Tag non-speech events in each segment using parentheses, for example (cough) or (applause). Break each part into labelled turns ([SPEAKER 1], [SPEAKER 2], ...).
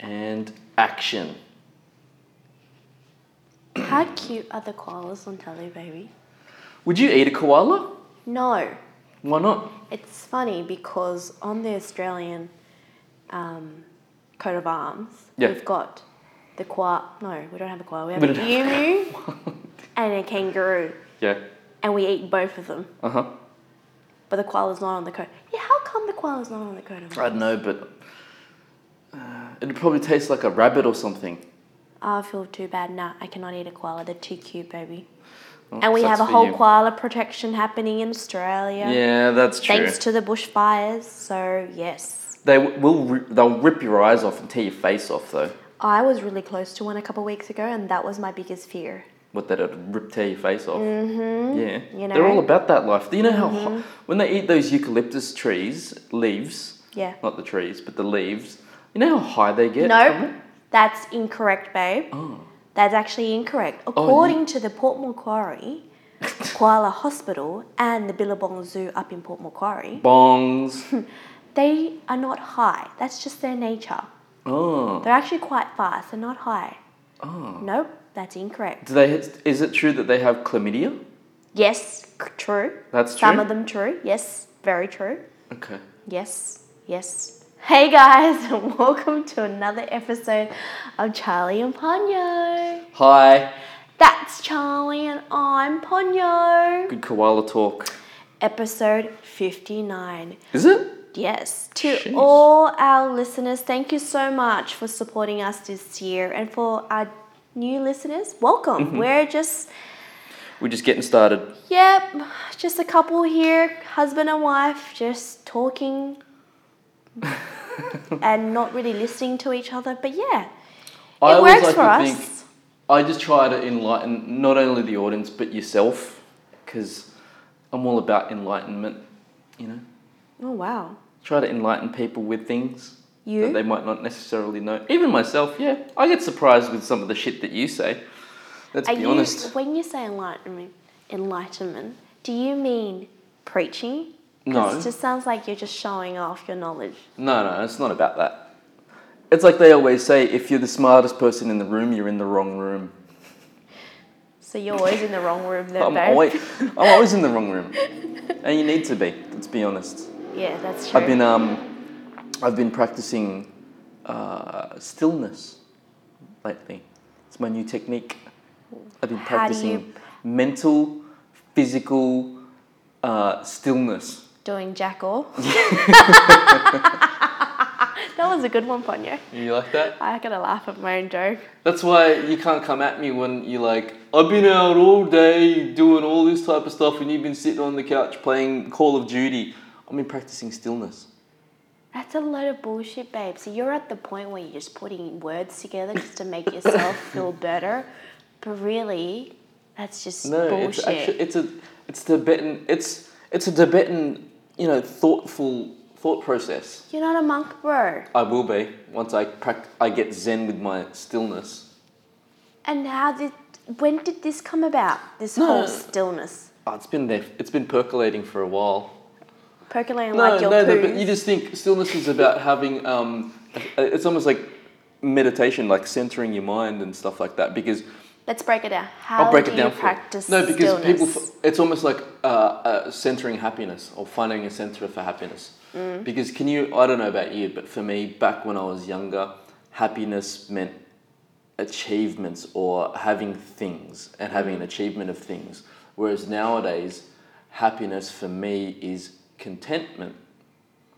[SPEAKER 1] and action.
[SPEAKER 2] How cute are the koalas on Hello Baby?
[SPEAKER 1] Would you eat a koala?
[SPEAKER 2] No,
[SPEAKER 1] Why not?
[SPEAKER 2] it's funny because on the Australian um, coat of arms,
[SPEAKER 1] Yeah.
[SPEAKER 2] we've got the koala. No, we don't have a koala. We have
[SPEAKER 1] We
[SPEAKER 2] a
[SPEAKER 1] don't
[SPEAKER 2] emu
[SPEAKER 1] have- (laughs)
[SPEAKER 2] and a kangaroo,
[SPEAKER 1] yeah.
[SPEAKER 2] and we eat both of them.
[SPEAKER 1] Uh huh.
[SPEAKER 2] But the koala's not on the coat. Yeah, how come the koala's not on the coat of
[SPEAKER 1] I
[SPEAKER 2] arms?
[SPEAKER 1] don't know, but uh, it'd probably taste like a rabbit or something.
[SPEAKER 2] I feel too bad. Nah, I cannot eat a koala. They're too cute, baby. and we
[SPEAKER 1] Oh, sucks
[SPEAKER 2] have a
[SPEAKER 1] for
[SPEAKER 2] whole
[SPEAKER 1] you.
[SPEAKER 2] koala protection happening in Australia.
[SPEAKER 1] Yeah, that's true.
[SPEAKER 2] Thanks to the bushfires, so yes.
[SPEAKER 1] They w- will. ri- They'll rip your eyes off and tear your face off, though.
[SPEAKER 2] I was really close to one a couple weeks ago, and that was my biggest fear.
[SPEAKER 1] What that would rip tear your face off. Mm-hmm. Yeah.
[SPEAKER 2] You
[SPEAKER 1] They're all
[SPEAKER 2] know? Mm-hmm.
[SPEAKER 1] about that life. Do you know how hot, when they eat those eucalyptus trees leaves?
[SPEAKER 2] Yeah.
[SPEAKER 1] Not the trees, but the leaves. You know how high they get? from
[SPEAKER 2] Nope,
[SPEAKER 1] it?
[SPEAKER 2] that's incorrect, babe. That's actually incorrect.
[SPEAKER 1] Oh. you-
[SPEAKER 2] According to the Port Macquarie (laughs) Koala Hospital and the Billabong Zoo up in Port Macquarie, (laughs)
[SPEAKER 1] Bongs.
[SPEAKER 2] they are not high. That's just their nature.
[SPEAKER 1] oh.
[SPEAKER 2] They're actually quite fast. They're not high.
[SPEAKER 1] Oh.
[SPEAKER 2] Nope, that's incorrect.
[SPEAKER 1] Do they? Is it true that they have chlamydia?
[SPEAKER 2] Yes, c- true.
[SPEAKER 1] That's
[SPEAKER 2] Some
[SPEAKER 1] true?
[SPEAKER 2] of them true. Yes, very true.
[SPEAKER 1] Okay.
[SPEAKER 2] Yes, yes. Hey guys, (laughs) and welcome to another episode of Charlie and Ponyo.
[SPEAKER 1] Hi.
[SPEAKER 2] That's Charlie and I'm Ponyo.
[SPEAKER 1] Good koala talk.
[SPEAKER 2] Episode 59.
[SPEAKER 1] Is it?
[SPEAKER 2] Yes, to
[SPEAKER 1] Jeez.
[SPEAKER 2] all our listeners, thank you so much for supporting us this year. And for our new listeners, welcome. We're just,
[SPEAKER 1] We're just getting started.
[SPEAKER 2] yep, just a couple here, husband and wife, just
[SPEAKER 1] (laughs)
[SPEAKER 2] talking and not really listening to each other. But yeah,
[SPEAKER 1] I
[SPEAKER 2] it
[SPEAKER 1] always
[SPEAKER 2] works
[SPEAKER 1] like
[SPEAKER 2] for
[SPEAKER 1] to
[SPEAKER 2] us.
[SPEAKER 1] think- I just try to enlighten not only the audience but yourself, because I'm all about enlightenment. You know,
[SPEAKER 2] Oh, wow.
[SPEAKER 1] try to enlighten people with things that
[SPEAKER 2] You?
[SPEAKER 1] they might not necessarily know. Even myself, yeah, I get surprised with some of the shit that you say. Let's
[SPEAKER 2] Are
[SPEAKER 1] be
[SPEAKER 2] you,
[SPEAKER 1] honest.
[SPEAKER 2] When you say enlightenment, enlightenment, do you mean preaching? 'Cause
[SPEAKER 1] No.
[SPEAKER 2] It just sounds like you're just showing off your knowledge.
[SPEAKER 1] No, no, it's not about that. It's like they always say: if you're the smartest person in the room, you're in the wrong room.
[SPEAKER 2] So you're always in the wrong room, though,
[SPEAKER 1] (laughs) I'm
[SPEAKER 2] babe.
[SPEAKER 1] always, I'm always in the wrong room, and you need to be. Let's be honest.
[SPEAKER 2] (laughs) Yeah, that's true.
[SPEAKER 1] I've been um, I've been practicing uh, stillness lately. It's my new technique. I've been
[SPEAKER 2] How do
[SPEAKER 1] practicing
[SPEAKER 2] you-
[SPEAKER 1] mental, physical uh, stillness.
[SPEAKER 2] Doing jack
[SPEAKER 1] (laughs)
[SPEAKER 2] all. (laughs) that was a good one, Ponyo.
[SPEAKER 1] You like that?
[SPEAKER 2] I gotta laugh at my own joke.
[SPEAKER 1] That's why you can't come at me when you like. I've been out all day doing all this type of stuff, and you've been sitting on the couch playing Call of Duty. I've been practicing stillness.
[SPEAKER 2] That's a load of bullshit, babe. So you're at the point where you're just putting words together just to make
[SPEAKER 1] (laughs)
[SPEAKER 2] yourself feel better, but really, that's just
[SPEAKER 1] No,
[SPEAKER 2] bullshit.
[SPEAKER 1] it's actually it's a it's Tibetan it's it's a Tibetan you know thoughtful thought process.
[SPEAKER 2] You're not a monk, bro.
[SPEAKER 1] I will be once I pract- I get zen with my stillness.
[SPEAKER 2] And how did? When did this come about? This
[SPEAKER 1] No.
[SPEAKER 2] whole stillness
[SPEAKER 1] Oh, it's been there. It's been percolating for a while.
[SPEAKER 2] percolating
[SPEAKER 1] No,
[SPEAKER 2] like your
[SPEAKER 1] no,
[SPEAKER 2] no,
[SPEAKER 1] no, but you just think stillness is about having um, it's almost like meditation, like centering your mind and stuff like that. Because
[SPEAKER 2] Let's break it down. How
[SPEAKER 1] I'll break
[SPEAKER 2] do
[SPEAKER 1] it down
[SPEAKER 2] you
[SPEAKER 1] for
[SPEAKER 2] practice
[SPEAKER 1] no, because
[SPEAKER 2] stillness?
[SPEAKER 1] people. f- It's almost like uh, uh, centering happiness or finding a center for happiness.
[SPEAKER 2] Mm.
[SPEAKER 1] Because can you? I don't know about you, but for me, back when I was younger, happiness meant achievements or having things and having an
[SPEAKER 2] Mm.
[SPEAKER 1] achievement of things. Whereas nowadays, happiness for me is contentment.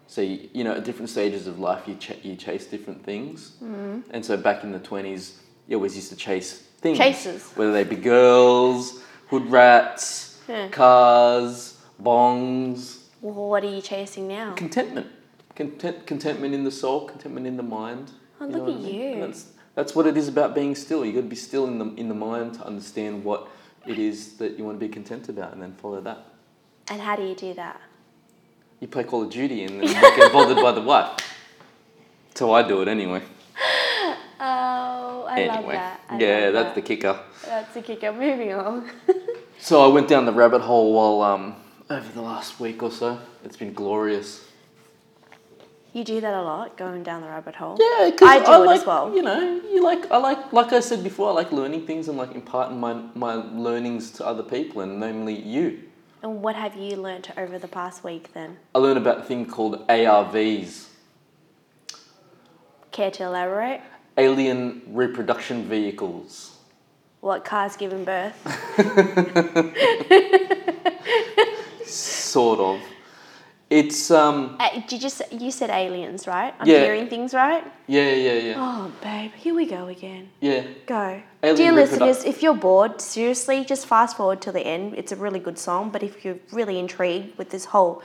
[SPEAKER 1] So you, you know, at different stages of life, you ch- you chase different things.
[SPEAKER 2] Mm.
[SPEAKER 1] And so back in the twenties, you always used to chase things.
[SPEAKER 2] Chases.
[SPEAKER 1] Whether they be girls, hood rats,
[SPEAKER 2] Yeah.
[SPEAKER 1] cars, bongs,
[SPEAKER 2] Well, what are you chasing now?
[SPEAKER 1] contentment, content, contentment in the soul, contentment in the mind.
[SPEAKER 2] Oh,
[SPEAKER 1] know
[SPEAKER 2] look
[SPEAKER 1] what
[SPEAKER 2] at
[SPEAKER 1] I mean? And
[SPEAKER 2] you.
[SPEAKER 1] that's that's what it is about being still. You got to be still in the in the mind to understand what it is that you want to be content about, and then follow that.
[SPEAKER 2] And how do you do that?
[SPEAKER 1] You play Call of Duty and then you
[SPEAKER 2] (laughs)
[SPEAKER 1] get bothered by the wife. So I do it anyway.
[SPEAKER 2] Oh, I love
[SPEAKER 1] anyway,
[SPEAKER 2] that. I
[SPEAKER 1] yeah,
[SPEAKER 2] love
[SPEAKER 1] that's the
[SPEAKER 2] that.
[SPEAKER 1] kicker.
[SPEAKER 2] That's the kicker. Moving on. (laughs)
[SPEAKER 1] So I went down the rabbit hole while um over the last week or so. It's been glorious.
[SPEAKER 2] You do that a lot, going down the rabbit hole.
[SPEAKER 1] Yeah, because
[SPEAKER 2] I
[SPEAKER 1] I,
[SPEAKER 2] do it
[SPEAKER 1] like,
[SPEAKER 2] as well.
[SPEAKER 1] You know, you like I like like I said before, I like learning things and like imparting my my learnings to other people, and namely you.
[SPEAKER 2] And what have you learnt over the past week then?
[SPEAKER 1] I learned about a thing called ARVs,
[SPEAKER 2] Care to elaborate?
[SPEAKER 1] alien reproduction vehicles.
[SPEAKER 2] What car's given (laughs) birth?
[SPEAKER 1] Sort of. It's um
[SPEAKER 2] Uh, did you just you said aliens, right? I'm
[SPEAKER 1] Yeah.
[SPEAKER 2] hearing things right.
[SPEAKER 1] yeah yeah yeah
[SPEAKER 2] Oh, babe, here we go again.
[SPEAKER 1] yeah.
[SPEAKER 2] Go.
[SPEAKER 1] Alien
[SPEAKER 2] Dear
[SPEAKER 1] reproduc-
[SPEAKER 2] listeners, if you're bored, seriously, just fast forward to the end. It's a really good song, but if you're really intrigued with this whole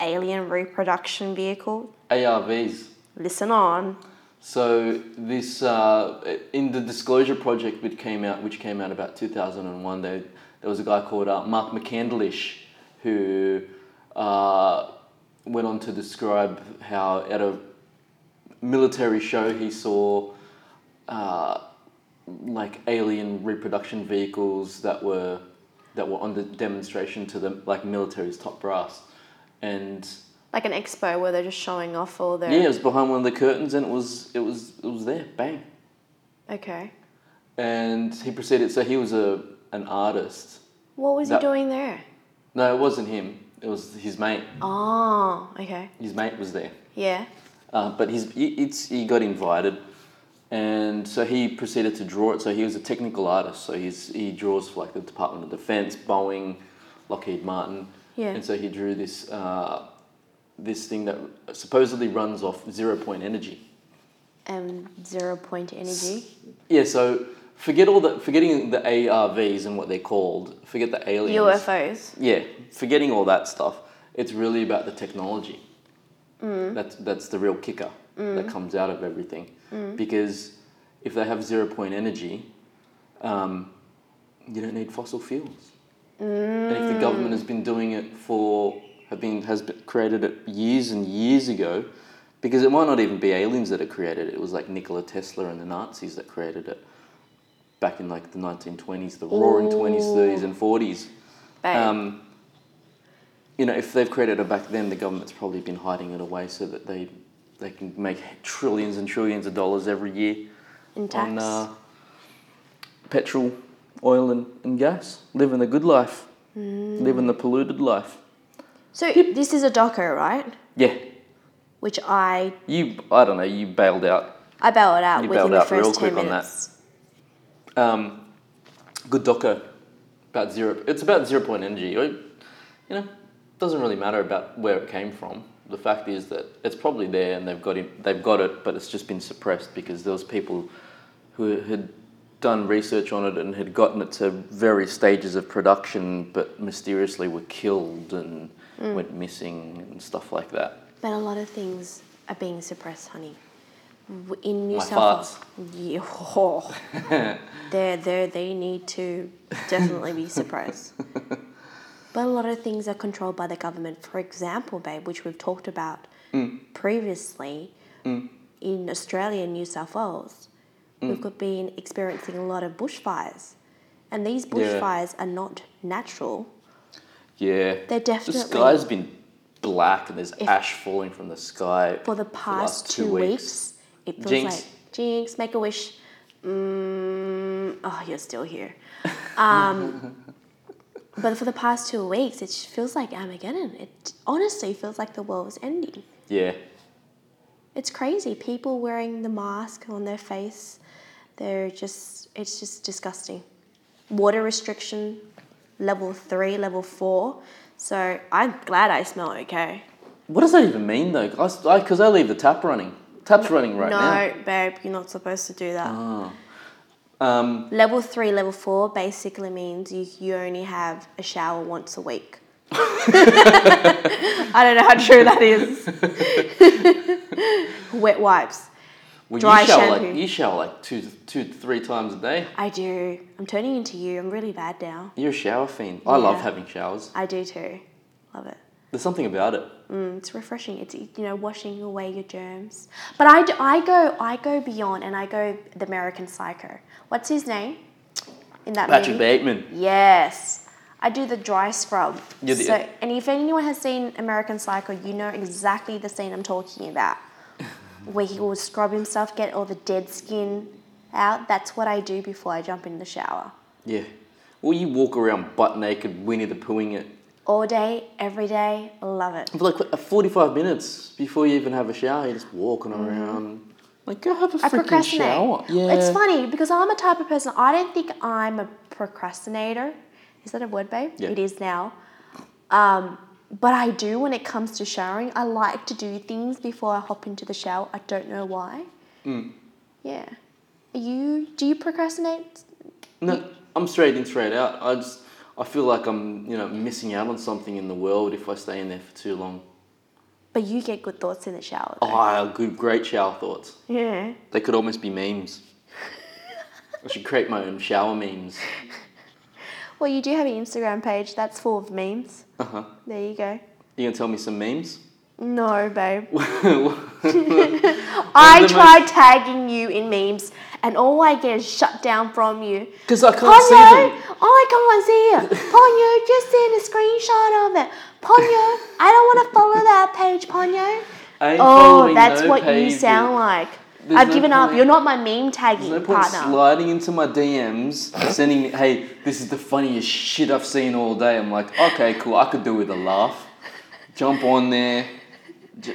[SPEAKER 2] alien reproduction vehicle,
[SPEAKER 1] ARVs.
[SPEAKER 2] listen on.
[SPEAKER 1] So this uh, in the Disclosure Project, which came out, which came out about two thousand and one, there there was a guy called uh, Mark McCandlish who uh, went on to describe how at a military show he saw uh, like alien reproduction vehicles that were that were on the demonstration to the like military's top brass, and
[SPEAKER 2] Like an expo where they're just showing off all their.
[SPEAKER 1] yeah, it was behind one of the curtains, and it was it was it was there, bang.
[SPEAKER 2] Okay.
[SPEAKER 1] and he proceeded. So he was a an artist.
[SPEAKER 2] What was
[SPEAKER 1] That-
[SPEAKER 2] he doing there?
[SPEAKER 1] No, it wasn't him. It was his mate.
[SPEAKER 2] Oh, okay.
[SPEAKER 1] His mate was there,
[SPEAKER 2] Yeah.
[SPEAKER 1] uh, but his he- it's he got invited, and so he proceeded to draw it. So he was a technical artist. So he's he draws for like the Department of Defense, Boeing, Lockheed Martin,
[SPEAKER 2] Yeah.
[SPEAKER 1] and so he drew this uh, this thing that supposedly runs off zero point energy.
[SPEAKER 2] Um, zero point energy.
[SPEAKER 1] Yeah. So forget all the forgetting the ARVs and what they're called. Forget the aliens.
[SPEAKER 2] UFOs.
[SPEAKER 1] yeah, forgetting all that stuff, it's really about the technology. That's that's the real kicker that comes out of everything. Because if they have zero point energy, um, you don't need fossil fuels. And if the government has been doing it for have been has been, created it years and years ago, because it might not even be aliens that have created it. It was like Nikola Tesla and the Nazis that created it back in like the 1920s, the roaring 20s, 30s, and 40s.
[SPEAKER 2] Babe.
[SPEAKER 1] Um, you know, if they've created it back then, the government's probably been hiding it away so that they they can make trillions and trillions of dollars every year
[SPEAKER 2] in tax.
[SPEAKER 1] on uh, petrol, oil, and, and gas, living the good life, living the polluted life.
[SPEAKER 2] so this is a doco, right?
[SPEAKER 1] Yeah,
[SPEAKER 2] Which I
[SPEAKER 1] you. I don't know. You bailed out.
[SPEAKER 2] I bailed out
[SPEAKER 1] You
[SPEAKER 2] within
[SPEAKER 1] bailed
[SPEAKER 2] the
[SPEAKER 1] out
[SPEAKER 2] first
[SPEAKER 1] real
[SPEAKER 2] ten
[SPEAKER 1] quick on that.
[SPEAKER 2] minutes.
[SPEAKER 1] Um, good doco about zero. It's about zero point energy. It, you know, doesn't really matter about where it came from. The fact is that it's probably there, and they've got it. They've got it, but it's just been suppressed because there was people who had done research on it and had gotten it to various stages of production, but mysteriously were killed and
[SPEAKER 2] Mm.
[SPEAKER 1] went missing and stuff like that.
[SPEAKER 2] But a lot of things are being suppressed, honey. W- In New
[SPEAKER 1] My
[SPEAKER 2] South Wales, yeah, oh,
[SPEAKER 1] (laughs)
[SPEAKER 2] they're, they're, they need to definitely be suppressed.
[SPEAKER 1] (laughs)
[SPEAKER 2] but a lot of things are controlled by the government. For example, babe, which we've talked about
[SPEAKER 1] Mm.
[SPEAKER 2] previously, in Australia and New South Wales,
[SPEAKER 1] Mm.
[SPEAKER 2] we've got been experiencing a lot of bushfires. And these bushfires are not natural.
[SPEAKER 1] Yeah,
[SPEAKER 2] They're
[SPEAKER 1] the
[SPEAKER 2] definitely
[SPEAKER 1] sky's been black, and there's ash falling from the sky
[SPEAKER 2] for the
[SPEAKER 1] last
[SPEAKER 2] past two, weeks. It feels
[SPEAKER 1] Jinx.
[SPEAKER 2] like Jinx, make a wish. Mm, oh, you're still here. Um, but for the past two weeks, it feels like Armageddon. It honestly feels like the world is ending.
[SPEAKER 1] Yeah,
[SPEAKER 2] It's crazy. People wearing the mask on their face. They're just, it's just disgusting. Water restriction, level three, level four. So I'm glad I smell okay.
[SPEAKER 1] What does that even mean though? Because I, 'cause I leave the tap running. Tap's running right
[SPEAKER 2] no,
[SPEAKER 1] now.
[SPEAKER 2] babe, you're not supposed to do that.
[SPEAKER 1] Um,
[SPEAKER 2] Level three, level four basically means you, you only have a shower once a week. (laughs) I don't know how true that is. (laughs) Wet wipes.
[SPEAKER 1] well,
[SPEAKER 2] Dry
[SPEAKER 1] you shower like
[SPEAKER 2] shampoo.
[SPEAKER 1] you shower like two, two, three times a day.
[SPEAKER 2] I do. I'm turning into you. I'm really bad now.
[SPEAKER 1] You're a shower fiend. I love
[SPEAKER 2] Yeah.
[SPEAKER 1] having showers.
[SPEAKER 2] I do too. Love it.
[SPEAKER 1] There's something about it.
[SPEAKER 2] Mm, it's refreshing. It's you know washing away your germs. But I, d- I go I go beyond and I go the American Psycho. What's his name? In that
[SPEAKER 1] Patrick
[SPEAKER 2] movie?
[SPEAKER 1] Bateman.
[SPEAKER 2] Yes. I do the dry scrub.
[SPEAKER 1] You do-
[SPEAKER 2] so, and if anyone has seen American Psycho, you know exactly the scene I'm talking
[SPEAKER 1] (laughs)
[SPEAKER 2] about, where he will scrub himself, get all the dead skin out. That's what I do before I jump in the shower.
[SPEAKER 1] Yeah. Well, you walk around butt naked, Winnie the Poohing it
[SPEAKER 2] All day, every day, love it.
[SPEAKER 1] for like uh, 45 minutes before you even have a shower. You're just walking around. Like, go have a
[SPEAKER 2] Mm. I
[SPEAKER 1] freaking
[SPEAKER 2] procrastinate.
[SPEAKER 1] shower. Yeah.
[SPEAKER 2] It's funny because I'm a type of person. I don't think I'm a procrastinator. Is that a word, babe?
[SPEAKER 1] Yeah.
[SPEAKER 2] It is now. Um, but I do when it comes to showering. I like to do things before I hop into the shower. I don't know why.
[SPEAKER 1] Mm.
[SPEAKER 2] Yeah. Are you? Do you procrastinate?
[SPEAKER 1] No, I'm straight in, straight out. I just, I feel like I'm, you know, missing out on something in the world if I stay in there for too long.
[SPEAKER 2] But you get good thoughts in the shower. though.
[SPEAKER 1] Ah, good, great shower thoughts.
[SPEAKER 2] Yeah.
[SPEAKER 1] They could almost be memes. I should create my own shower memes.
[SPEAKER 2] Well, you do have an Instagram page that's full of memes.
[SPEAKER 1] Uh huh.
[SPEAKER 2] There you go.
[SPEAKER 1] You gonna tell me some memes? (laughs)
[SPEAKER 2] No, babe.
[SPEAKER 1] the
[SPEAKER 2] I
[SPEAKER 1] most-
[SPEAKER 2] try tagging you in memes, and all I get is shut down from you.
[SPEAKER 1] Because I can't see
[SPEAKER 2] Ponyo,
[SPEAKER 1] them.
[SPEAKER 2] oh, I can't see you.
[SPEAKER 1] (laughs)
[SPEAKER 2] Ponyo, just send a screenshot of it. Ponyo, I don't want to follow that page, Ponyo.
[SPEAKER 1] I ain't
[SPEAKER 2] Oh,
[SPEAKER 1] following
[SPEAKER 2] that's
[SPEAKER 1] no
[SPEAKER 2] what you
[SPEAKER 1] pages.
[SPEAKER 2] sound like.
[SPEAKER 1] There's
[SPEAKER 2] I've
[SPEAKER 1] no
[SPEAKER 2] given up.
[SPEAKER 1] point-
[SPEAKER 2] You're not my meme tagging
[SPEAKER 1] There's no point
[SPEAKER 2] partner.
[SPEAKER 1] sliding into my DMs, sending me, hey, this is the funniest shit I've seen all day. I'm like, okay, cool, I could do with a laugh. Jump on there. J-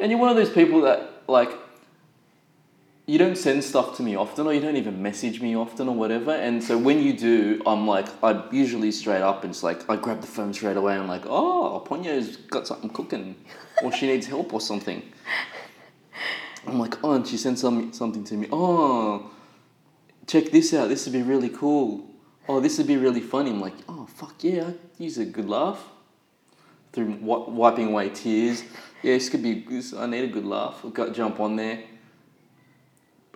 [SPEAKER 1] And you're one of those people that, like, you don't send stuff to me often, or you don't even message me often, or whatever. And so when you do, I'm like, I usually straight up, and it's like, I grab the phone straight away. I'm like, oh, Ponyo's got something cooking, or she needs help, or something. I'm like, oh, and she sent some, something to me. Oh, check this out. This would be really cool. Oh, this would be really funny. I'm like, oh, fuck yeah. I use a good laugh. Through wi- wiping away tears. Yeah, this could be, this, I need a good laugh. I've got to jump on there.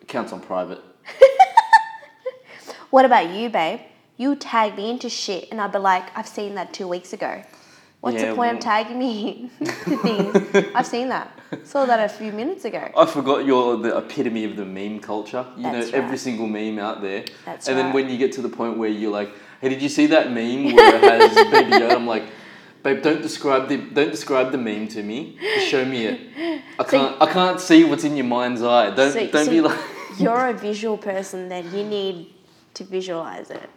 [SPEAKER 1] Accounts on private.
[SPEAKER 2] What about you, babe? You tag me into shit, and I'd be like, I've seen that two weeks ago. What's
[SPEAKER 1] Yeah,
[SPEAKER 2] the point of
[SPEAKER 1] well-
[SPEAKER 2] tagging me (laughs) to
[SPEAKER 1] (laughs)
[SPEAKER 2] things? I've seen that. Saw that a few minutes ago.
[SPEAKER 1] I forgot you're the epitome of the meme culture. You
[SPEAKER 2] That's
[SPEAKER 1] know every
[SPEAKER 2] right.
[SPEAKER 1] single meme out there.
[SPEAKER 2] That's
[SPEAKER 1] and
[SPEAKER 2] right.
[SPEAKER 1] then when you get to the point where you're like, "Hey, did you see that meme where it
[SPEAKER 2] (laughs)
[SPEAKER 1] has Baby Yoda?" I'm like, "Babe, don't describe the don't describe the meme to me. Just show me it. I can't I can't see what's in your mind's eye. Don't
[SPEAKER 2] So-
[SPEAKER 1] don't
[SPEAKER 2] so
[SPEAKER 1] be like." (laughs)
[SPEAKER 2] you're a visual person, then you need to visualize it.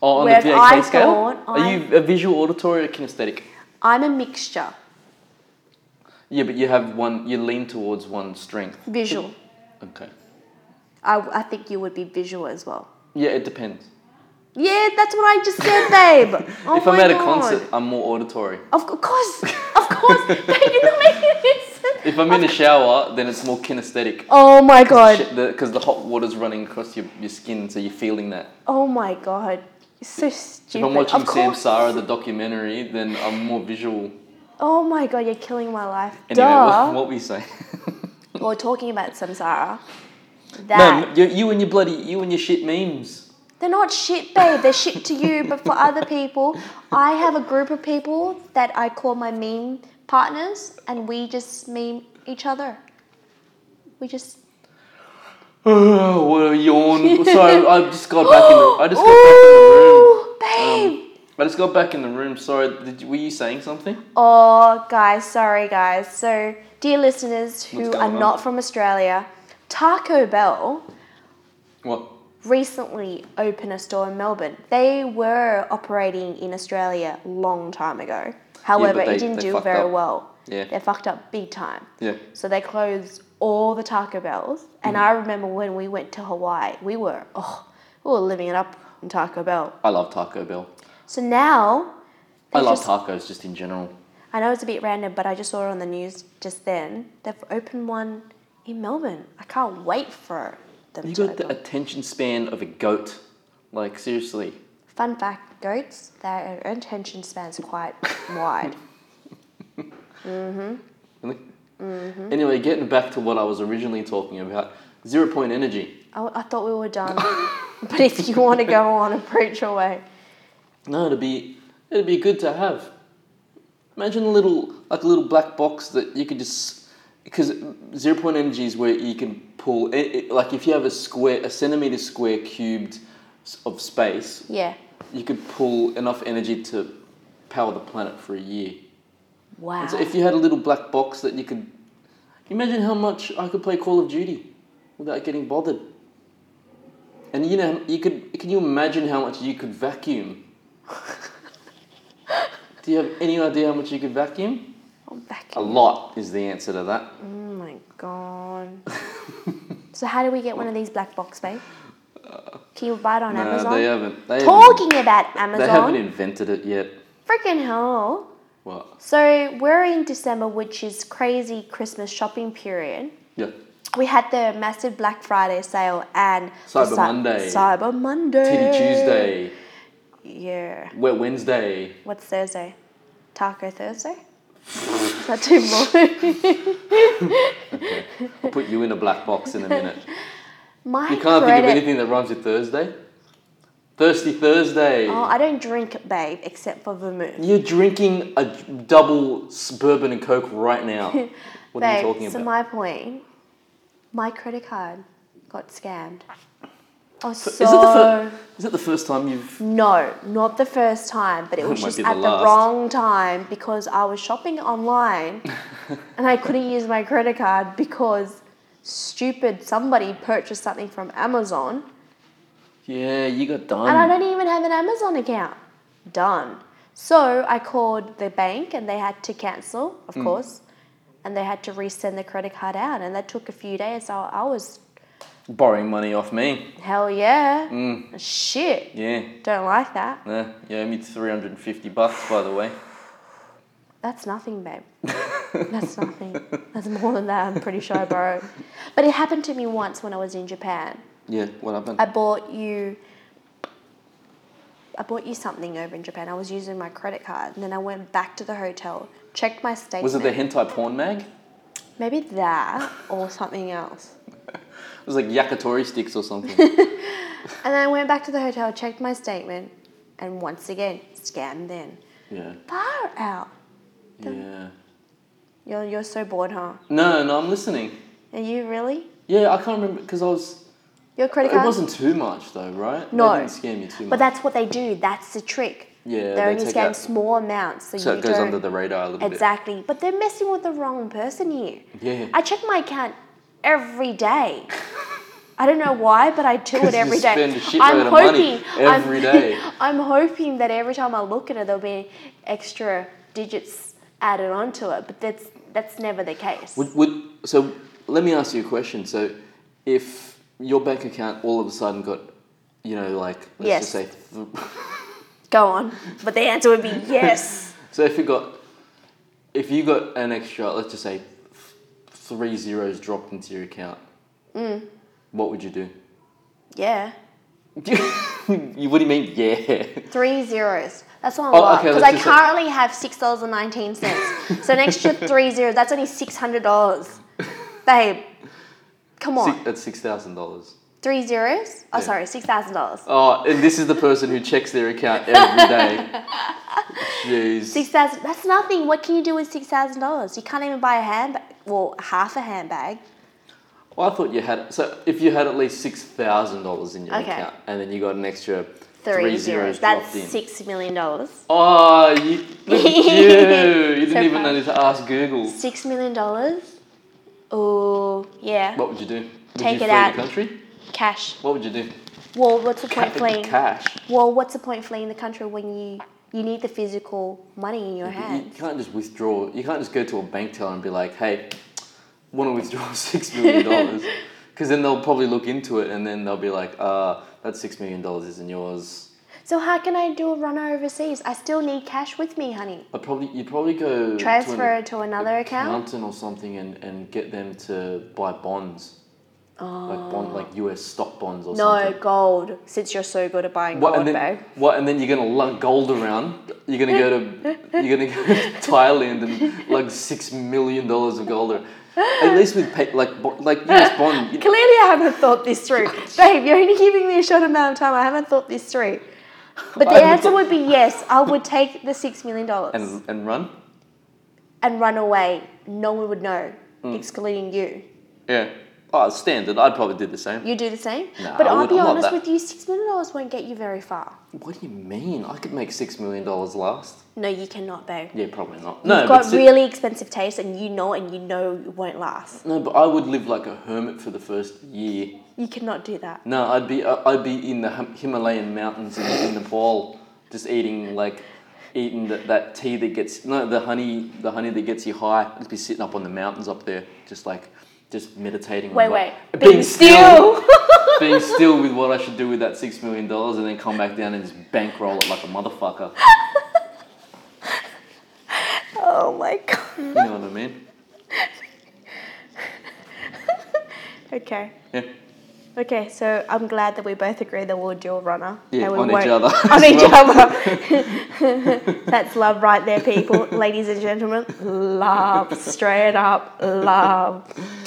[SPEAKER 1] Oh, on the
[SPEAKER 2] whereas
[SPEAKER 1] VAK
[SPEAKER 2] I
[SPEAKER 1] scale,
[SPEAKER 2] thought
[SPEAKER 1] are you a visual, auditory, or kinesthetic?
[SPEAKER 2] I'm a mixture,
[SPEAKER 1] Yeah, but you have one. You lean towards one strength.
[SPEAKER 2] visual.
[SPEAKER 1] Okay.
[SPEAKER 2] I, I think you would be visual as well.
[SPEAKER 1] Yeah, it depends.
[SPEAKER 2] Yeah, that's what I just said,
[SPEAKER 1] (laughs)
[SPEAKER 2] babe. Oh
[SPEAKER 1] if I'm
[SPEAKER 2] my
[SPEAKER 1] at a
[SPEAKER 2] God.
[SPEAKER 1] concert, I'm more auditory.
[SPEAKER 2] of cou- course, of
[SPEAKER 1] (laughs)
[SPEAKER 2] course, babe, you're not making this.
[SPEAKER 1] If I'm in a shower, then it's more kinesthetic.
[SPEAKER 2] Oh my god.
[SPEAKER 1] Because the, hot water's running across your, your skin, so you're feeling that.
[SPEAKER 2] Oh my god. It's so
[SPEAKER 1] If
[SPEAKER 2] stupid.
[SPEAKER 1] I'm watching
[SPEAKER 2] of
[SPEAKER 1] Sam
[SPEAKER 2] course.
[SPEAKER 1] Sara, the documentary, then I'm more visual.
[SPEAKER 2] Oh my god, you're killing my life.
[SPEAKER 1] Anyway,
[SPEAKER 2] Duh.
[SPEAKER 1] what, what we say. (laughs)
[SPEAKER 2] We're talking about samsara. That.
[SPEAKER 1] no, you, you and your bloody, you and your shit memes. (sighs)
[SPEAKER 2] They're not shit, babe. They're shit to you, but for other people, I have a group of people that I call my meme partners, and we just meme each other. We just.
[SPEAKER 1] Oh, what a yawn. Sorry, (gasps) I just got back in the, I just got back in the room. Um,
[SPEAKER 2] Ooh, babe.
[SPEAKER 1] I just got back in the room. Sorry, did, you- were you saying something?
[SPEAKER 2] Oh, guys, sorry, guys. So, dear listeners who
[SPEAKER 1] What's
[SPEAKER 2] are
[SPEAKER 1] going on?
[SPEAKER 2] not from Australia, Taco Bell
[SPEAKER 1] What?
[SPEAKER 2] recently opened a store in Melbourne. They were operating in Australia a long time ago. However,
[SPEAKER 1] they-
[SPEAKER 2] it didn't
[SPEAKER 1] they
[SPEAKER 2] do
[SPEAKER 1] fucked
[SPEAKER 2] very
[SPEAKER 1] up.
[SPEAKER 2] well.
[SPEAKER 1] Yeah.
[SPEAKER 2] They fucked up big time.
[SPEAKER 1] Yeah.
[SPEAKER 2] So they closed all the Taco Bells.
[SPEAKER 1] Mm.
[SPEAKER 2] And I remember when we went to Hawaii, we were, oh, we were living it up in Taco Bell.
[SPEAKER 1] I love Taco Bell.
[SPEAKER 2] So now,
[SPEAKER 1] I
[SPEAKER 2] they
[SPEAKER 1] love
[SPEAKER 2] just-
[SPEAKER 1] tacos just in general.
[SPEAKER 2] I know it's a bit random, but I just saw it on the news just then. They've opened one in Melbourne. I can't wait for them
[SPEAKER 1] You
[SPEAKER 2] to
[SPEAKER 1] got
[SPEAKER 2] open.
[SPEAKER 1] the attention span of a goat. Like, seriously.
[SPEAKER 2] Fun fact, goats, their attention span's quite
[SPEAKER 1] (laughs)
[SPEAKER 2] wide.
[SPEAKER 1] Really? Anyway, getting back to what I was originally talking about, zero point energy.
[SPEAKER 2] I, I thought we
[SPEAKER 1] (laughs)
[SPEAKER 2] were done. but if you want to go on and preach away.
[SPEAKER 1] No, it'd be it'd be good to have. Imagine a little like a little black box that you could just because zero point energy is where you can pull it, it- like if you have a square a centimeter square cubed s- of space,
[SPEAKER 2] Yeah.
[SPEAKER 1] you could pull enough energy to power the planet for a year.
[SPEAKER 2] Wow.
[SPEAKER 1] And so if you had a little black box that you could imagine how much I could play Call of Duty without getting bothered. And you know you could can you imagine how much you could vacuum? Do you have any idea how much you could vacuum?
[SPEAKER 2] I'm back.
[SPEAKER 1] A lot is the answer to that.
[SPEAKER 2] Oh my god.
[SPEAKER 1] (laughs)
[SPEAKER 2] so how do we get one of these black box, babe? Can you buy it on
[SPEAKER 1] No,
[SPEAKER 2] Amazon?
[SPEAKER 1] they haven't. They
[SPEAKER 2] Talking about
[SPEAKER 1] haven't, they haven't
[SPEAKER 2] Amazon,
[SPEAKER 1] invented it yet.
[SPEAKER 2] freaking hell.
[SPEAKER 1] What?
[SPEAKER 2] So we're in December, which is crazy Christmas shopping period.
[SPEAKER 1] Yeah.
[SPEAKER 2] We had the massive Black Friday sale and the
[SPEAKER 1] Cyber
[SPEAKER 2] Cy-
[SPEAKER 1] Monday.
[SPEAKER 2] Cyber Monday.
[SPEAKER 1] Titty Tuesday.
[SPEAKER 2] Yeah.
[SPEAKER 1] Wet Wednesday.
[SPEAKER 2] What's Thursday? Taco Thursday? (laughs) Is that too much?
[SPEAKER 1] I'll put you in a black box in a minute.
[SPEAKER 2] My
[SPEAKER 1] You can't
[SPEAKER 2] credit.
[SPEAKER 1] think of anything that rhymes with Thursday. Thirsty Thursday.
[SPEAKER 2] Oh, I don't drink, babe, except for vermouth.
[SPEAKER 1] You're drinking a double s- bourbon and coke right
[SPEAKER 2] (laughs)
[SPEAKER 1] now. What are you
[SPEAKER 2] Babe,
[SPEAKER 1] talking
[SPEAKER 2] so
[SPEAKER 1] about?
[SPEAKER 2] my point, my credit card got scammed. Oh, so
[SPEAKER 1] is, it the fir- is it the first time you've?
[SPEAKER 2] no, not the first time, but it was
[SPEAKER 1] Might
[SPEAKER 2] just
[SPEAKER 1] be the
[SPEAKER 2] at the
[SPEAKER 1] last.
[SPEAKER 2] wrong time because I was
[SPEAKER 1] (laughs)
[SPEAKER 2] shopping online and I couldn't use my credit card because stupid somebody purchased something from Amazon
[SPEAKER 1] Yeah, you got
[SPEAKER 2] and I
[SPEAKER 1] done.
[SPEAKER 2] don't even have an Amazon account. Done. So I called the bank and they had to cancel, of course, and they had to resend the credit card out, and that took a few days. So I was
[SPEAKER 1] Borrowing money off me.
[SPEAKER 2] hell yeah, shit.
[SPEAKER 1] Yeah.
[SPEAKER 2] Don't like that.
[SPEAKER 1] Nah, you owe me 350 bucks, by the way.
[SPEAKER 2] That's nothing, babe. That's nothing. That's more than that. I'm pretty sure I borrowed. But it happened to me once when I was in Japan.
[SPEAKER 1] Yeah, what happened?
[SPEAKER 2] I bought you. I bought you something over in Japan. I was using my credit card, and then I went back to the hotel, checked my statement.
[SPEAKER 1] was it the hentai porn mag? It
[SPEAKER 2] Maybe that or something else.
[SPEAKER 1] was like yakitori sticks or
[SPEAKER 2] (laughs)
[SPEAKER 1] something.
[SPEAKER 2] And then I went back to the hotel, checked my statement, and once again, scammed in.
[SPEAKER 1] yeah.
[SPEAKER 2] Far out.
[SPEAKER 1] Yeah.
[SPEAKER 2] You're, you're so bored, huh?
[SPEAKER 1] No, no, I'm listening.
[SPEAKER 2] Are you really?
[SPEAKER 1] Yeah, I can't remember because I was.
[SPEAKER 2] Your credit
[SPEAKER 1] It
[SPEAKER 2] card?
[SPEAKER 1] wasn't too much though, right?
[SPEAKER 2] No.
[SPEAKER 1] They didn't scam you too much.
[SPEAKER 2] But that's what they do. That's the trick.
[SPEAKER 1] Yeah,
[SPEAKER 2] They're
[SPEAKER 1] they
[SPEAKER 2] only
[SPEAKER 1] take
[SPEAKER 2] scam
[SPEAKER 1] out-
[SPEAKER 2] small amounts. So,
[SPEAKER 1] so
[SPEAKER 2] you
[SPEAKER 1] it goes
[SPEAKER 2] don't...
[SPEAKER 1] under the radar a little
[SPEAKER 2] Exactly. But they're messing with the wrong person here.
[SPEAKER 1] Yeah.
[SPEAKER 2] I check my account every day. I don't know why, but I do it
[SPEAKER 1] (laughs) 'Cause you
[SPEAKER 2] every day.
[SPEAKER 1] spend a shitload
[SPEAKER 2] I'm
[SPEAKER 1] of money
[SPEAKER 2] hoping
[SPEAKER 1] every
[SPEAKER 2] (laughs) I'm,
[SPEAKER 1] day.
[SPEAKER 2] I'm hoping that every time I look at it, there'll be extra digits added onto it. But that's that's never the case.
[SPEAKER 1] bit. Would, would, so let me ask you a question. So if your bank account all of a sudden got, you know, like let's just
[SPEAKER 2] Yes.
[SPEAKER 1] say, (laughs) th-
[SPEAKER 2] Go on. But the answer would
[SPEAKER 1] (laughs)
[SPEAKER 2] be yes.
[SPEAKER 1] so if you got, if you got an extra, let's just say, th- three zeros dropped into your account,
[SPEAKER 2] Mm.
[SPEAKER 1] what would you do? (laughs)
[SPEAKER 2] yeah.
[SPEAKER 1] you, what do you mean? Yeah.
[SPEAKER 2] Three zeros. That's not a
[SPEAKER 1] Oh,
[SPEAKER 2] lot
[SPEAKER 1] okay,
[SPEAKER 2] because
[SPEAKER 1] let's
[SPEAKER 2] I
[SPEAKER 1] just say-
[SPEAKER 2] currently have six dollars and
[SPEAKER 1] (laughs)
[SPEAKER 2] nineteen cents. so an extra three zeros. That's only six hundred dollars, babe. Come on,
[SPEAKER 1] Six, that's six thousand dollars.
[SPEAKER 2] three zeros. Oh,
[SPEAKER 1] Yeah.
[SPEAKER 2] sorry, six thousand dollars.
[SPEAKER 1] Oh, and this is the person who checks their account every day.
[SPEAKER 2] (laughs)
[SPEAKER 1] Jeez.
[SPEAKER 2] Six thousand. That's nothing. What can you do with six thousand dollars? You can't even buy a handbag. Well, half a handbag.
[SPEAKER 1] Well, I thought you had so if you had at least six thousand dollars in your
[SPEAKER 2] Okay.
[SPEAKER 1] account, and then you got an extra three,
[SPEAKER 2] Three,
[SPEAKER 1] zeros,
[SPEAKER 2] zeros.
[SPEAKER 1] dropped
[SPEAKER 2] That's
[SPEAKER 1] in.
[SPEAKER 2] six million dollars.
[SPEAKER 1] Oh, you look at
[SPEAKER 2] (laughs)
[SPEAKER 1] you! You didn't
[SPEAKER 2] So
[SPEAKER 1] even
[SPEAKER 2] proud.
[SPEAKER 1] need to ask Google.
[SPEAKER 2] Six million dollars. Oh yeah,
[SPEAKER 1] What would you do? Would
[SPEAKER 2] Take
[SPEAKER 1] you
[SPEAKER 2] it
[SPEAKER 1] flee
[SPEAKER 2] out.
[SPEAKER 1] the country?
[SPEAKER 2] cash.
[SPEAKER 1] What would you do?
[SPEAKER 2] Well, what's the point
[SPEAKER 1] Ca-
[SPEAKER 2] playing?
[SPEAKER 1] cash.
[SPEAKER 2] Well, what's the point fleeing the country when you you need the physical money in your
[SPEAKER 1] You
[SPEAKER 2] hand?
[SPEAKER 1] can't just withdraw. You can't just go to a bank teller and be like, "Hey, want to withdraw (laughs) six million
[SPEAKER 2] (laughs)
[SPEAKER 1] dollars?" Because then they'll probably look into it, and then they'll be like, "Uh, that six million dollars isn't yours."
[SPEAKER 2] So how can I do a runner overseas? I still need cash with me, honey.
[SPEAKER 1] I probably you'd probably go to an-
[SPEAKER 2] Transfer it to another account.
[SPEAKER 1] accountant or something and, and get them to buy bonds. Like bond, like US stock bonds or
[SPEAKER 2] Oh. No
[SPEAKER 1] something.
[SPEAKER 2] gold, since you're so good at buying
[SPEAKER 1] What,
[SPEAKER 2] gold,
[SPEAKER 1] and
[SPEAKER 2] babe.
[SPEAKER 1] then, what and then you're gonna lug gold around. You're gonna go
[SPEAKER 2] (laughs)
[SPEAKER 1] to you're gonna go to Thailand and lug six million dollars of gold. Around. At least with pay, like bo- like US bond. you-
[SPEAKER 2] Clearly, I haven't thought
[SPEAKER 1] (laughs)
[SPEAKER 2] this through, babe. You're only giving me a short amount of time. I haven't thought this through. But
[SPEAKER 1] I
[SPEAKER 2] the
[SPEAKER 1] haven't
[SPEAKER 2] answer
[SPEAKER 1] thought-
[SPEAKER 2] would be yes. I would take the six million dollars
[SPEAKER 1] and and run. Mm.
[SPEAKER 2] and run away. No one would know, excluding you.
[SPEAKER 1] Yeah. Oh, it's standard. I'd probably do the same.
[SPEAKER 2] You do the same?
[SPEAKER 1] Nah,
[SPEAKER 2] but
[SPEAKER 1] I
[SPEAKER 2] I'll
[SPEAKER 1] would-
[SPEAKER 2] be
[SPEAKER 1] I'm not
[SPEAKER 2] honest
[SPEAKER 1] that-
[SPEAKER 2] with you, six million dollars won't get you very far.
[SPEAKER 1] What do you mean? I could make six million dollars last.
[SPEAKER 2] No, you cannot, babe.
[SPEAKER 1] Yeah, probably not. No,
[SPEAKER 2] You've
[SPEAKER 1] but
[SPEAKER 2] got
[SPEAKER 1] si-
[SPEAKER 2] really expensive taste and you know it and you know it won't last.
[SPEAKER 1] no, but I would live like a hermit for the first year.
[SPEAKER 2] You cannot do that.
[SPEAKER 1] No, I'd be I- I'd be in the Him- Himalayan mountains in, in Nepal, just eating like eating that, that tea that gets no the honey the honey that gets you high. I'd be sitting up on the mountains up there, just like just meditating. on
[SPEAKER 2] Wait,
[SPEAKER 1] what-
[SPEAKER 2] wait. Being still.
[SPEAKER 1] (laughs) being still with what I should do with that six million dollars, and then come back down and just bankroll it like a motherfucker.
[SPEAKER 2] (laughs) oh my god.
[SPEAKER 1] You know what I mean?
[SPEAKER 2] Okay.
[SPEAKER 1] Yeah.
[SPEAKER 2] Okay, so I'm glad that we both agree that we'll dual runner.
[SPEAKER 1] Yeah,
[SPEAKER 2] and we
[SPEAKER 1] on each
[SPEAKER 2] won't- (laughs)
[SPEAKER 1] other as
[SPEAKER 2] On each
[SPEAKER 1] well. (laughs)
[SPEAKER 2] other. That's love right there, people. Ladies and gentlemen, love. Straight up, love.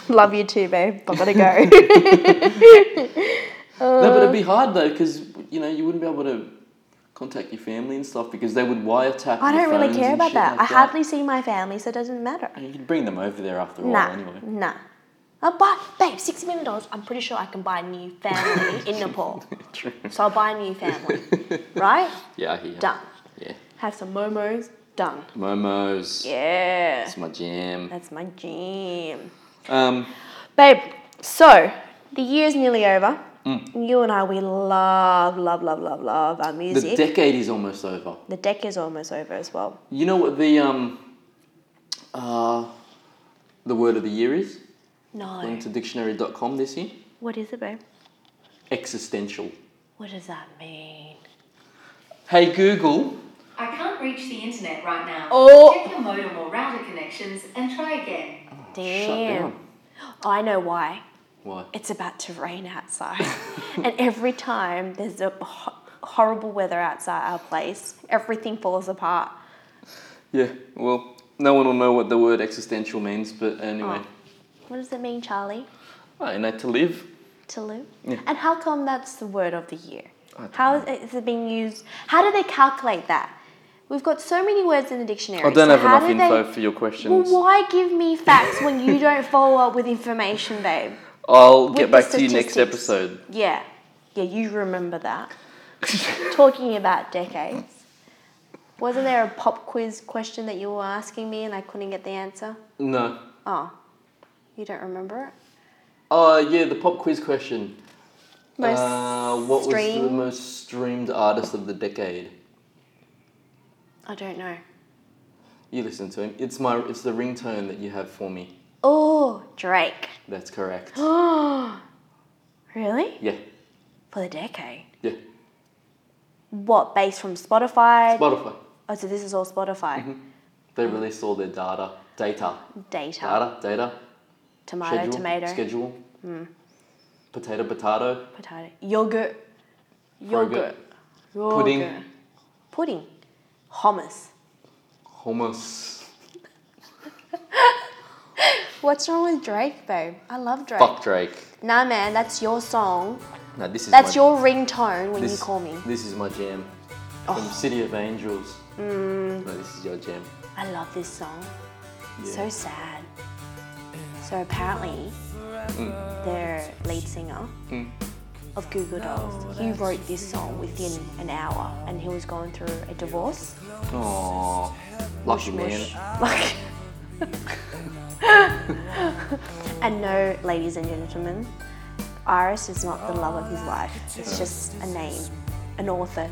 [SPEAKER 2] Love you too, babe. But I gotta
[SPEAKER 1] (laughs)
[SPEAKER 2] go.
[SPEAKER 1] no,
[SPEAKER 2] Uh,
[SPEAKER 1] but it'd be hard though, because you know you wouldn't be able to contact your family and stuff because they would wiretap.
[SPEAKER 2] I
[SPEAKER 1] your
[SPEAKER 2] don't really
[SPEAKER 1] phones
[SPEAKER 2] care
[SPEAKER 1] and
[SPEAKER 2] about
[SPEAKER 1] shit
[SPEAKER 2] that.
[SPEAKER 1] like
[SPEAKER 2] I hardly see my family, so it doesn't matter.
[SPEAKER 1] You could bring them over there after a
[SPEAKER 2] Nah,
[SPEAKER 1] while anyway. (laughs)
[SPEAKER 2] nah. I'll buy, babe, six million dollars. I'm pretty sure I can buy a new family
[SPEAKER 1] (laughs)
[SPEAKER 2] in Nepal.
[SPEAKER 1] True.
[SPEAKER 2] So I'll buy a new family, right?
[SPEAKER 1] Yeah, I hear. ya.
[SPEAKER 2] Done.
[SPEAKER 1] Yeah.
[SPEAKER 2] Have some momos. Done.
[SPEAKER 1] Momos.
[SPEAKER 2] Yeah.
[SPEAKER 1] That's my jam.
[SPEAKER 2] That's my jam.
[SPEAKER 1] Um,
[SPEAKER 2] Babe, so the year's nearly over. You and I, we love, love, love, love, love our
[SPEAKER 1] Mm. the
[SPEAKER 2] music.
[SPEAKER 1] decade is almost over.
[SPEAKER 2] the deck is almost over as well.
[SPEAKER 1] You know what the um, uh, the word of the year is?
[SPEAKER 2] No.
[SPEAKER 1] Went to dictionary.com this year.
[SPEAKER 2] What is it, babe?
[SPEAKER 1] Existential.
[SPEAKER 2] What does that mean?
[SPEAKER 1] Hey Google.
[SPEAKER 3] I can't reach the internet right now.
[SPEAKER 2] Oh.
[SPEAKER 3] Check your modem or router connections and try again.
[SPEAKER 1] Shut
[SPEAKER 2] Damn.
[SPEAKER 1] down.
[SPEAKER 2] Oh, I know why.
[SPEAKER 1] Why?
[SPEAKER 2] It's about to rain
[SPEAKER 1] (laughs)
[SPEAKER 2] outside. and every time there's a ho- horrible weather outside our place, everything falls apart.
[SPEAKER 1] Yeah. Well, no one will know what the word existential means, but
[SPEAKER 2] Oh.
[SPEAKER 1] anyway.
[SPEAKER 2] What does it mean, Charlie?
[SPEAKER 1] I know to live.
[SPEAKER 2] To live?
[SPEAKER 1] Yeah.
[SPEAKER 2] And how come that's the word of the year?
[SPEAKER 1] I don't
[SPEAKER 2] How is it, is it being used? How do they calculate that? We've got so many words in the dictionary.
[SPEAKER 1] I don't
[SPEAKER 2] so
[SPEAKER 1] have
[SPEAKER 2] how
[SPEAKER 1] enough
[SPEAKER 2] do they-
[SPEAKER 1] info for your
[SPEAKER 2] Well,
[SPEAKER 1] questions.
[SPEAKER 2] why give me facts when you
[SPEAKER 1] (laughs)
[SPEAKER 2] don't follow up with information, babe?
[SPEAKER 1] I'll
[SPEAKER 2] With
[SPEAKER 1] get
[SPEAKER 2] the
[SPEAKER 1] back to you next
[SPEAKER 2] statistics.
[SPEAKER 1] episode.
[SPEAKER 2] Yeah. Yeah, you remember
[SPEAKER 1] (laughs)
[SPEAKER 2] that. Talking about decades. Wasn't there a pop quiz question that you were asking me and I couldn't get the answer?
[SPEAKER 1] No.
[SPEAKER 2] Oh, you don't remember it?
[SPEAKER 1] Uh, yeah, the pop quiz question.
[SPEAKER 2] Most
[SPEAKER 1] uh, what
[SPEAKER 2] stream?
[SPEAKER 1] was the most streamed artist of the decade?
[SPEAKER 2] I don't know.
[SPEAKER 1] You listen to him. It's my it's the ringtone that you have for me.
[SPEAKER 2] Oh, Drake.
[SPEAKER 1] That's correct.
[SPEAKER 2] (gasps) really?
[SPEAKER 1] yeah,
[SPEAKER 2] For the decade?
[SPEAKER 1] yeah.
[SPEAKER 2] What, based from Spotify?
[SPEAKER 1] Spotify.
[SPEAKER 2] oh, so this is all Spotify.
[SPEAKER 1] Mm-hmm. They released all their data, data,
[SPEAKER 2] Data.
[SPEAKER 1] data, data.
[SPEAKER 2] Tomato,
[SPEAKER 1] Schedule,
[SPEAKER 2] tomato, Hmm.
[SPEAKER 1] schedule. Potato, potato.
[SPEAKER 2] potato. Yogurt. Yogurt.
[SPEAKER 1] Yogurt. Pudding.
[SPEAKER 2] Yogurt. Pudding. Hummus.
[SPEAKER 1] Hummus.
[SPEAKER 2] What's wrong with Drake, babe? I love Drake.
[SPEAKER 1] Fuck Drake.
[SPEAKER 2] Nah, man, that's your song.
[SPEAKER 1] No, this is
[SPEAKER 2] That's
[SPEAKER 1] my,
[SPEAKER 2] your ringtone when
[SPEAKER 1] this,
[SPEAKER 2] you call me. Oh.
[SPEAKER 1] This is my jam. From City of Angels.
[SPEAKER 2] Mm.
[SPEAKER 1] No, this is your jam.
[SPEAKER 2] I love this song. It's
[SPEAKER 1] Yeah.
[SPEAKER 2] so sad. So apparently, their lead singer of Google Dolls, he wrote this song within an hour, and he was going through a divorce.
[SPEAKER 1] Aww. Lucky man.
[SPEAKER 2] Mush. (laughs) Like. and no, ladies and gentlemen, Iris is not the love of his life. It's just a name, an author.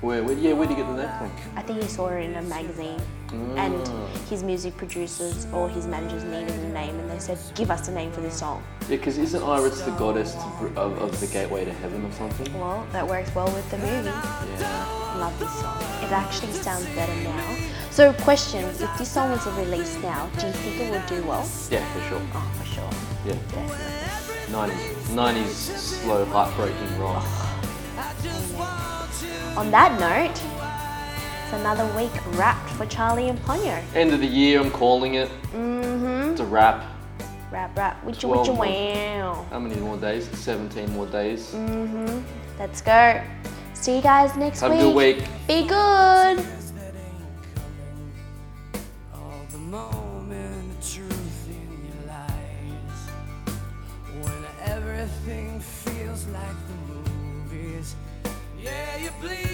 [SPEAKER 1] Where, where, yeah, where do you get the name from?
[SPEAKER 2] I think he saw it in a magazine.
[SPEAKER 1] Mm.
[SPEAKER 2] And his music producers or his managers needed a name, and they said, "Give us a name for this song."
[SPEAKER 1] Yeah, because isn't Iris the goddess to br- of, of the gateway to heaven or something?
[SPEAKER 2] Well, that works well with the movie.
[SPEAKER 1] Yeah.
[SPEAKER 2] Love this song. It actually sounds better now. So, question: If this song is released now, do you think it will do well?
[SPEAKER 1] Yeah, for sure.
[SPEAKER 2] Oh, for sure.
[SPEAKER 1] Yeah.
[SPEAKER 2] Definitely.
[SPEAKER 1] 90s. 90s slow, heartbreaking rock.
[SPEAKER 2] On that note, it's another week wrapped for Charlie and Ponyo.
[SPEAKER 1] End of the year, I'm calling it.
[SPEAKER 2] Mm-hmm.
[SPEAKER 1] It's a wrap.
[SPEAKER 2] Wrap, wrap, witcha,
[SPEAKER 1] Twelve
[SPEAKER 2] witcha,
[SPEAKER 1] more-
[SPEAKER 2] wow.
[SPEAKER 1] How many more days? 17 more days.
[SPEAKER 2] Mm. Let's go. See you guys next
[SPEAKER 1] Have a
[SPEAKER 2] week.
[SPEAKER 1] good week.
[SPEAKER 2] Be good.
[SPEAKER 4] All the moment, the truth in your lies. you please?